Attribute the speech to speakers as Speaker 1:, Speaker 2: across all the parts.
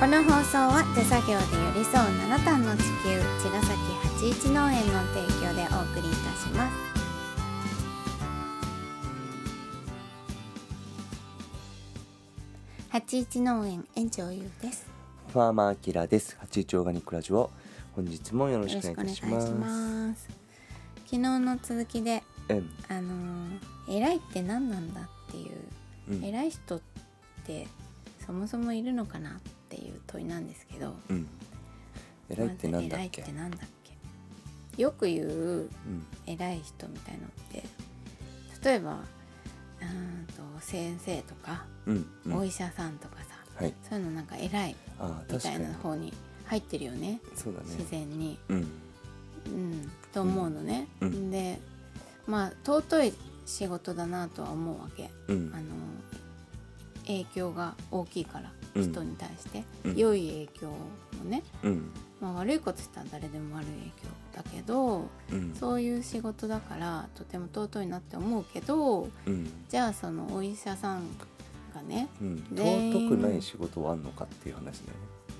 Speaker 1: この放送は手作業で寄り添う七段の地球茅ヶ崎八一農園の提供でお送りいたします八一農園園長ゆうです
Speaker 2: ファーマーアキラです。八一オーガニックラジオ。本日もよろ
Speaker 1: よろ
Speaker 2: しく
Speaker 1: しく
Speaker 2: お
Speaker 1: お願
Speaker 2: 願い
Speaker 1: い
Speaker 2: いたし
Speaker 1: し
Speaker 2: ます。
Speaker 1: ます昨日の続きで
Speaker 2: うん、
Speaker 1: あのー偉いって何なんだっていう
Speaker 2: うん、
Speaker 1: 偉い人ってそもそもいるのかなっていう問いなんですけど
Speaker 2: うん。偉いってなんだっ
Speaker 1: まず
Speaker 2: け
Speaker 1: 偉いっ。てなんだっけよく言う
Speaker 2: うん、
Speaker 1: 偉い人みたいのって例えばうーんと先生とか、
Speaker 2: うん、うん
Speaker 1: お
Speaker 2: は
Speaker 1: 医者さんとかさ
Speaker 2: い。
Speaker 1: そういうのなんか偉い
Speaker 2: ああ、
Speaker 1: み
Speaker 2: 確
Speaker 1: た
Speaker 2: か
Speaker 1: い
Speaker 2: に
Speaker 1: な。方に入ってるよね
Speaker 2: そうだね。
Speaker 1: 自然に。
Speaker 2: うん、
Speaker 1: うん、と思うのね。
Speaker 2: うん
Speaker 1: でまあ尊い仕事だなとは思うわけ。
Speaker 2: うん
Speaker 1: あの、影響が大きいから
Speaker 2: うん
Speaker 1: 人に対して、
Speaker 2: うん
Speaker 1: 良い影響もね、
Speaker 2: うん、
Speaker 1: まあ、悪いことしたら誰でも悪い影響だけど
Speaker 2: うん、
Speaker 1: そういう仕事だからとても尊いなって思うけど
Speaker 2: うん、
Speaker 1: じゃあそのお医者さんがね
Speaker 2: うん、
Speaker 1: 全員
Speaker 2: 尊くない仕事はあんのかっていう話だよね。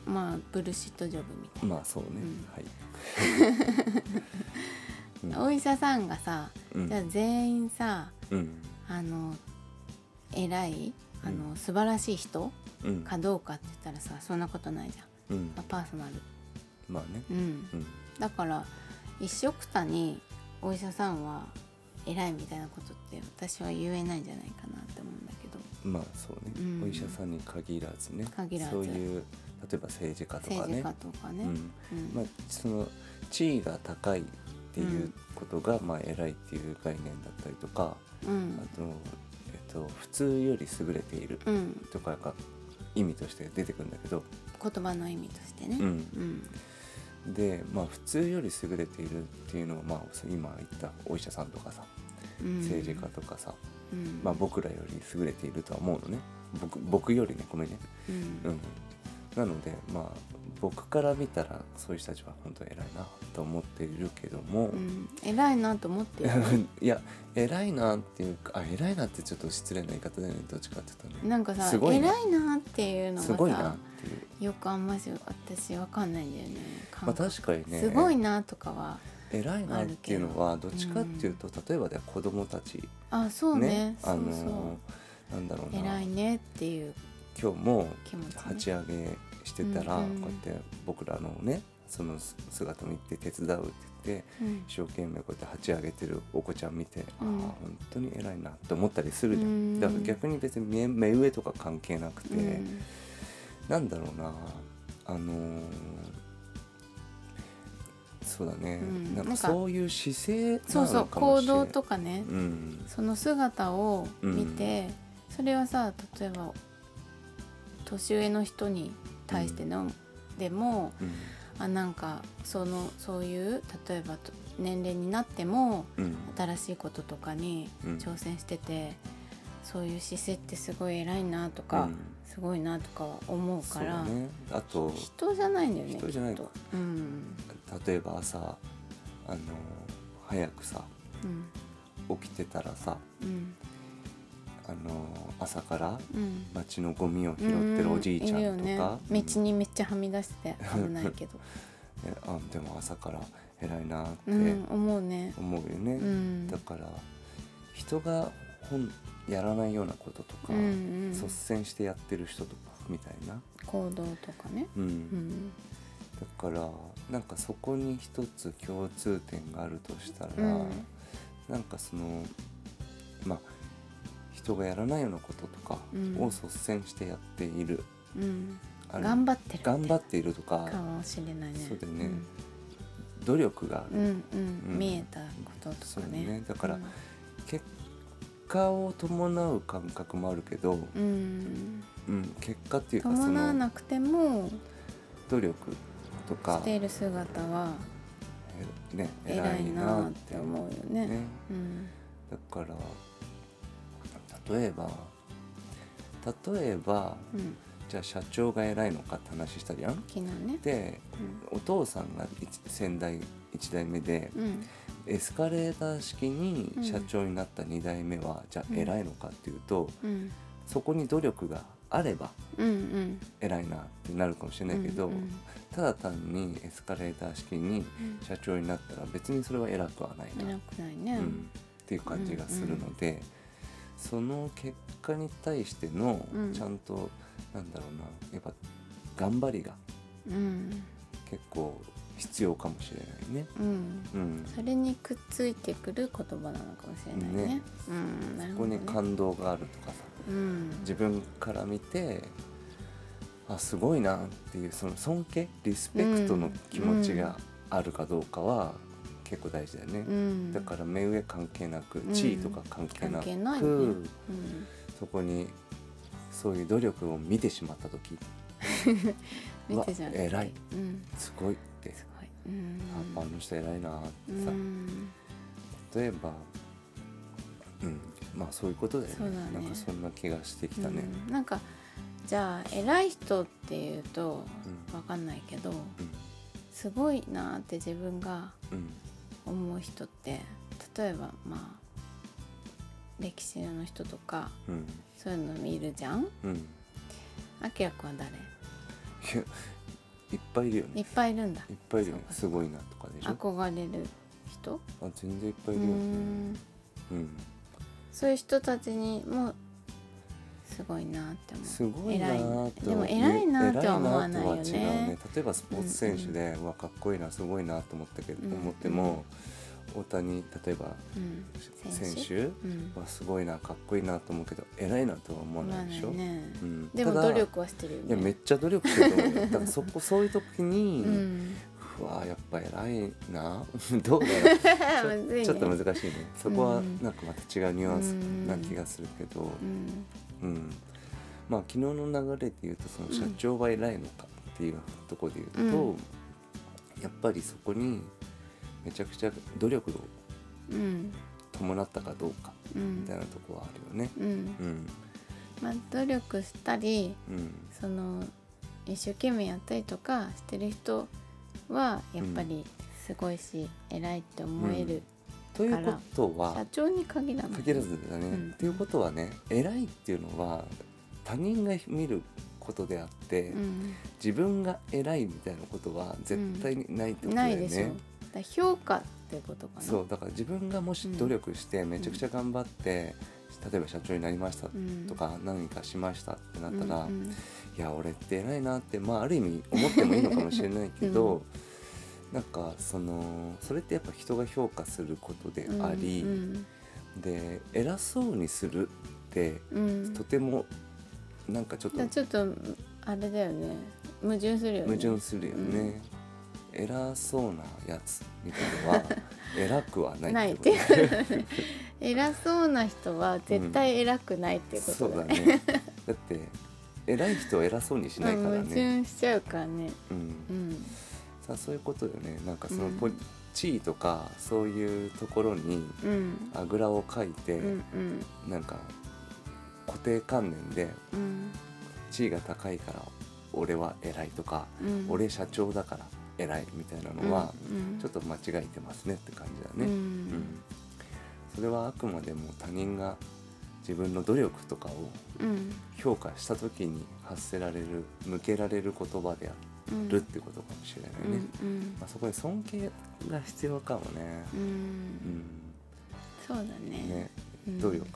Speaker 1: まあブルシットジョブみたいな、
Speaker 2: まあ、そうね。
Speaker 1: うん
Speaker 2: はい。あ
Speaker 1: お医者さんがさ
Speaker 2: うん
Speaker 1: じゃあ、全員さ
Speaker 2: うん、
Speaker 1: あの偉いあの、
Speaker 2: う
Speaker 1: 素晴らしい人
Speaker 2: うん、
Speaker 1: かどうかって言ったらさそんなことないじゃん、
Speaker 2: うん
Speaker 1: まあ、、パーソナル。
Speaker 2: まあね。
Speaker 1: うん
Speaker 2: うん、
Speaker 1: だから一緒くたにお医者さんは偉いみたいなことって私は言えないんじゃないかなって思うんだけど
Speaker 2: まあ、そうね、
Speaker 1: うん
Speaker 2: お医者さんに限らずね。
Speaker 1: 限らず
Speaker 2: そういう、例えば政治家とか
Speaker 1: 政治
Speaker 2: ね
Speaker 1: 家。とかね。
Speaker 2: うん。
Speaker 1: うん
Speaker 2: まあ、その地位が高いっていうことが、まあ、偉いっていう概念だったりとか
Speaker 1: うん
Speaker 2: あと、えっと、普通より優れている
Speaker 1: うん
Speaker 2: とかが意味として出てくるんだけど、
Speaker 1: 言葉の意味としてね。
Speaker 2: うん
Speaker 1: うん
Speaker 2: で、まあ、普通より優れているっていうのは、まあ、今言ったお医者さんとかさ
Speaker 1: うん
Speaker 2: 政治家とかさ、
Speaker 1: うん
Speaker 2: まあ、僕らより優れているとは思うのね僕僕よりねごめんね。
Speaker 1: うん
Speaker 2: うんなのでまあ僕から見たらそういう人たちは本当偉いなと思っているけども、
Speaker 1: うん偉いなと思 ってる
Speaker 2: いや偉いなっていうかあ偉いなってちょっと失礼な言い方だよねどっちかって言ったらね
Speaker 1: なんかさ
Speaker 2: すごいな
Speaker 1: 偉いなっていうの
Speaker 2: すごい
Speaker 1: が
Speaker 2: なっ
Speaker 1: さ
Speaker 2: ていう、
Speaker 1: よくあんまし私わかんないんだよね。
Speaker 2: まあ、
Speaker 1: 感覚
Speaker 2: 確かにね
Speaker 1: すごいなとかは
Speaker 2: 偉いなっていうのはどっちかっていうと、例えばでは子供たち
Speaker 1: あそうねそ
Speaker 2: あ
Speaker 1: う
Speaker 2: の
Speaker 1: そ
Speaker 2: なんだろう
Speaker 1: う
Speaker 2: な
Speaker 1: 偉いねっていう
Speaker 2: 今日も
Speaker 1: 気持ち、ね。
Speaker 2: 鉢上げしてたら、
Speaker 1: うんうん
Speaker 2: こうやって僕らのねその姿見て手伝うって言って
Speaker 1: うん
Speaker 2: 一生懸命こうやって鉢上げてるお子ちゃん見て、
Speaker 1: うん
Speaker 2: ああ本当に偉いなって思ったりするじゃん、
Speaker 1: うん
Speaker 2: だから逆に別に目目上とか関係なくて、
Speaker 1: うん
Speaker 2: なんだろうなあのーそうだね、
Speaker 1: うん
Speaker 2: なん
Speaker 1: なん
Speaker 2: か
Speaker 1: か
Speaker 2: そういう姿勢
Speaker 1: そう
Speaker 2: な
Speaker 1: そう
Speaker 2: のかも
Speaker 1: 行
Speaker 2: しれない
Speaker 1: 動とかね、
Speaker 2: うん
Speaker 1: その姿を見て、それはさ例えば年上の人に対しての、でも
Speaker 2: うん
Speaker 1: あなんかそのそういう例えばと年齢になっても
Speaker 2: うん
Speaker 1: 新しいこととかに
Speaker 2: うん
Speaker 1: 挑戦してて、そういう姿勢ってすごい偉いなとか、
Speaker 2: うん
Speaker 1: すごいなとかは思う
Speaker 2: そ
Speaker 1: か
Speaker 2: う
Speaker 1: ら
Speaker 2: だねあと
Speaker 1: 人じゃないんだよね
Speaker 2: 人じゃない
Speaker 1: きっとうん
Speaker 2: 例えば朝あのー早くさ
Speaker 1: うん
Speaker 2: 起きてたらさ
Speaker 1: うん
Speaker 2: あのー朝から
Speaker 1: うん
Speaker 2: 街のゴミを拾ってるおじいちゃんとか、
Speaker 1: ういるよね、道にめっちゃはみ出してて危ない けど、
Speaker 2: うんであでも朝から偉いなっ
Speaker 1: う
Speaker 2: て
Speaker 1: ん、思うね
Speaker 2: 思うよね、
Speaker 1: うん
Speaker 2: だから人が本やらないようなことと
Speaker 1: う
Speaker 2: か、
Speaker 1: んうん
Speaker 2: 率先してやってる人とかみたいな、
Speaker 1: 行動とかね
Speaker 2: うん
Speaker 1: うん
Speaker 2: だからなんかそこに一つ共通点があるとしたら、
Speaker 1: うん
Speaker 2: なんかそのまあ人がやらないようなこととか
Speaker 1: うん
Speaker 2: を率先してやっている、
Speaker 1: うん
Speaker 2: ある
Speaker 1: 頑張ってる
Speaker 2: 頑張っているとか
Speaker 1: かもしれないね
Speaker 2: そうだよね努力があ
Speaker 1: うん
Speaker 2: る、
Speaker 1: うん、う、
Speaker 2: うんん
Speaker 1: 見えたこと
Speaker 2: そ
Speaker 1: とか
Speaker 2: うだ
Speaker 1: ね
Speaker 2: ねだから結果を伴う感覚もあるけど、
Speaker 1: うん、うん
Speaker 2: うん、結果っていうかそ
Speaker 1: 伴わ
Speaker 2: の
Speaker 1: なくても
Speaker 2: 努力とか
Speaker 1: し、ている姿は
Speaker 2: えね、
Speaker 1: 偉
Speaker 2: 偉
Speaker 1: い
Speaker 2: い
Speaker 1: な
Speaker 2: な
Speaker 1: っ
Speaker 2: ってて
Speaker 1: 思うよ
Speaker 2: う
Speaker 1: ね
Speaker 2: ね
Speaker 1: うん
Speaker 2: だから例えば例えば
Speaker 1: うん
Speaker 2: じゃあ社長が偉いのかって話したじゃん。
Speaker 1: 昨日ね
Speaker 2: でお父さんが一先代1代目で
Speaker 1: うん、うん、
Speaker 2: エスカレーター式に
Speaker 1: うん
Speaker 2: 社長になった2代目は、じゃあ偉いのかっていうと、
Speaker 1: うん
Speaker 2: そこに努力があれば
Speaker 1: うんうん
Speaker 2: 偉いなってなるかもしれないけど、
Speaker 1: うんうん
Speaker 2: ただ単にエスカレーター式に
Speaker 1: うん
Speaker 2: 社長になったら別にそれは偉くはないな
Speaker 1: 偉くないね、
Speaker 2: うんっていう感じがするので、その結果に対しての
Speaker 1: うん
Speaker 2: ちゃんと、なんだろうなやっぱ頑張りが
Speaker 1: うん
Speaker 2: 結構必要かもしれないね。
Speaker 1: うん
Speaker 2: うん、
Speaker 1: それにくっついてくる言葉なのかもしれないね
Speaker 2: ね
Speaker 1: うんなる
Speaker 2: そ
Speaker 1: ほ
Speaker 2: こ
Speaker 1: ど、
Speaker 2: に
Speaker 1: ね、
Speaker 2: 感動があるとかさ
Speaker 1: うん
Speaker 2: 自分から見てあすごいなっていうその尊敬リスペクトの気持ちがあるかどうかは結構大事だよね。
Speaker 1: うん
Speaker 2: だから目上関係なく
Speaker 1: うん
Speaker 2: 地位とか関係な
Speaker 1: 関
Speaker 2: く、
Speaker 1: 係ないよねうん
Speaker 2: そこにそういう努力を見てしまった時
Speaker 1: 見てじゃん
Speaker 2: うわ偉い
Speaker 1: うん
Speaker 2: すごいって、
Speaker 1: すごいうん
Speaker 2: ああの人偉いなって
Speaker 1: う
Speaker 2: さ、
Speaker 1: ん
Speaker 2: 例えば、うん、まあそういうことだよね
Speaker 1: そうだね
Speaker 2: なんかそんな気がしてきたね。
Speaker 1: うんなんかじゃあ偉い人っていうと
Speaker 2: うん
Speaker 1: わかんないけど
Speaker 2: うん
Speaker 1: すごいなーって自分が
Speaker 2: うん
Speaker 1: 思う人って例えばまあ歴史の人とか
Speaker 2: うん
Speaker 1: そういうの見るじゃん
Speaker 2: うんい
Speaker 1: あきらくんは誰
Speaker 2: やいっぱいいるよ
Speaker 1: い
Speaker 2: ね
Speaker 1: っぱいいるんだ
Speaker 2: いっぱいいるよね
Speaker 1: そうか
Speaker 2: すごいなとかでしょ
Speaker 1: 憧れる人
Speaker 2: あ全然いっぱ
Speaker 1: う
Speaker 2: いい
Speaker 1: ー
Speaker 2: るよね
Speaker 1: ん
Speaker 2: うん
Speaker 1: そういう人たちにもすごいなって思う
Speaker 2: すごいなーと
Speaker 1: 偉いでも偉いなーとは思わないよね
Speaker 2: 偉とは違う例えばスポーツ選手で、うわかっこいいなすごいなと思ったけど、
Speaker 1: うん
Speaker 2: 思っても大谷例えば
Speaker 1: うん選
Speaker 2: 選
Speaker 1: 手
Speaker 2: 手
Speaker 1: うん
Speaker 2: はすごいなかっこいいなと思うけど偉いなとは思わ
Speaker 1: 思わ
Speaker 2: ない
Speaker 1: な
Speaker 2: で
Speaker 1: い
Speaker 2: しょ、
Speaker 1: ね
Speaker 2: うん、
Speaker 1: でも
Speaker 2: ただ
Speaker 1: 努力はしてるよ
Speaker 2: いや
Speaker 1: ね
Speaker 2: めっちゃ努力してると思うだから そこそういう時に、
Speaker 1: うん
Speaker 2: うわやっぱ偉いな どうだろう
Speaker 1: むずいね
Speaker 2: ちょっと難しいねそこは
Speaker 1: うん
Speaker 2: なんかまた違うニュアンス
Speaker 1: うん
Speaker 2: な気がするけど、
Speaker 1: うん
Speaker 2: うん、まあ昨日の流れで言うとその社長は偉いのかっていうところで言うと、
Speaker 1: う
Speaker 2: やっぱりそこにめちゃくちゃ努力を
Speaker 1: うん
Speaker 2: 伴ったかどうか
Speaker 1: う
Speaker 2: みたい
Speaker 1: ん
Speaker 2: なところはあるよね。
Speaker 1: うん
Speaker 2: うん
Speaker 1: まあ努力したり
Speaker 2: うん
Speaker 1: その一生懸命やったりとかしてる人はやっぱりすごいし、偉いって思える、
Speaker 2: ということは
Speaker 1: 社長に限らない
Speaker 2: 限らずだね。
Speaker 1: うん
Speaker 2: ということはね偉いっていうのは他人が見ることであって、
Speaker 1: うん
Speaker 2: 自分が偉いみたいなことは絶対にないってことだ
Speaker 1: な
Speaker 2: よ
Speaker 1: いでしょだ
Speaker 2: ね
Speaker 1: か。ら評価ってことかな
Speaker 2: そうだから自分がもし努力してめちゃくちゃ頑張って、例えば社長になりました
Speaker 1: うん
Speaker 2: とか、何かしましたってなったら、
Speaker 1: うんうん
Speaker 2: いや俺って偉いなってまあある意味思ってもいいのかもしれないけど、なんかそのそれってやっぱ人が評価することであり、
Speaker 1: うん
Speaker 2: で偉そうにするって
Speaker 1: うんうん
Speaker 2: とてもなんかちょっ
Speaker 1: だから
Speaker 2: と
Speaker 1: ちょっとあれだよね矛盾するよね
Speaker 2: 矛盾するよね。偉そうなやつみたい のは偉くはない
Speaker 1: ないっ
Speaker 2: ってて
Speaker 1: い
Speaker 2: こ
Speaker 1: う
Speaker 2: と
Speaker 1: 偉そうな人は絶対偉くないっていうこ
Speaker 2: そ
Speaker 1: と
Speaker 2: う
Speaker 1: だ
Speaker 2: だ
Speaker 1: ね,、
Speaker 2: ねだって偉い人を偉そうにしないか
Speaker 1: まあ
Speaker 2: ら
Speaker 1: 矛
Speaker 2: ね、
Speaker 1: 盾しちゃうからね
Speaker 2: うん
Speaker 1: うん
Speaker 2: さあそういうことよねなんかそのポ、
Speaker 1: うん
Speaker 2: 地位とかそういうところに
Speaker 1: うん
Speaker 2: あぐらをかいて、
Speaker 1: うんうん
Speaker 2: なんか固定観念で
Speaker 1: うん
Speaker 2: 地位が高いから俺は偉いとか、
Speaker 1: うん
Speaker 2: 俺社長だから偉いみたいなのは、
Speaker 1: うん
Speaker 2: ちょっと間違えてますねって感じだ
Speaker 1: う
Speaker 2: ね、うん
Speaker 1: ん
Speaker 2: それはあくまでも他人が自分の努力とかを
Speaker 1: うん
Speaker 2: 評価した時に発せられる向けられる言葉であ
Speaker 1: うん
Speaker 2: るってことかもしれな
Speaker 1: う
Speaker 2: い
Speaker 1: ん
Speaker 2: ね、
Speaker 1: うん
Speaker 2: まあ、そこに尊敬が必要かもね
Speaker 1: う
Speaker 2: うんん
Speaker 1: そうだね
Speaker 2: ね
Speaker 1: うん
Speaker 2: 努力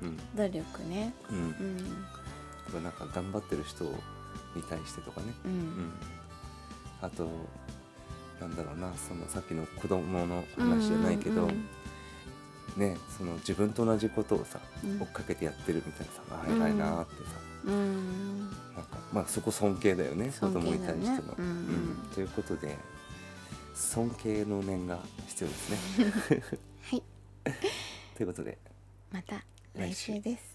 Speaker 2: うん
Speaker 1: 努力ね
Speaker 2: うん
Speaker 1: う
Speaker 2: と
Speaker 1: ん
Speaker 2: かなんか頑張ってる人に対してとかね
Speaker 1: う
Speaker 2: うんんあとなんだろうなそのさっきの子供の話じゃないけど、
Speaker 1: うんうん
Speaker 2: ねその自分と同じことをさ、
Speaker 1: うん
Speaker 2: 追っかけてやってるみたいなさあー偉いなーってさ、
Speaker 1: うん
Speaker 2: なんかまあそこ尊敬だよね子
Speaker 1: 尊
Speaker 2: 供
Speaker 1: 敬
Speaker 2: に
Speaker 1: だ
Speaker 2: 対
Speaker 1: ね
Speaker 2: しての、
Speaker 1: うんうん
Speaker 2: ということで尊敬の念が必要ですね。
Speaker 1: はい
Speaker 2: ということで
Speaker 1: また来週です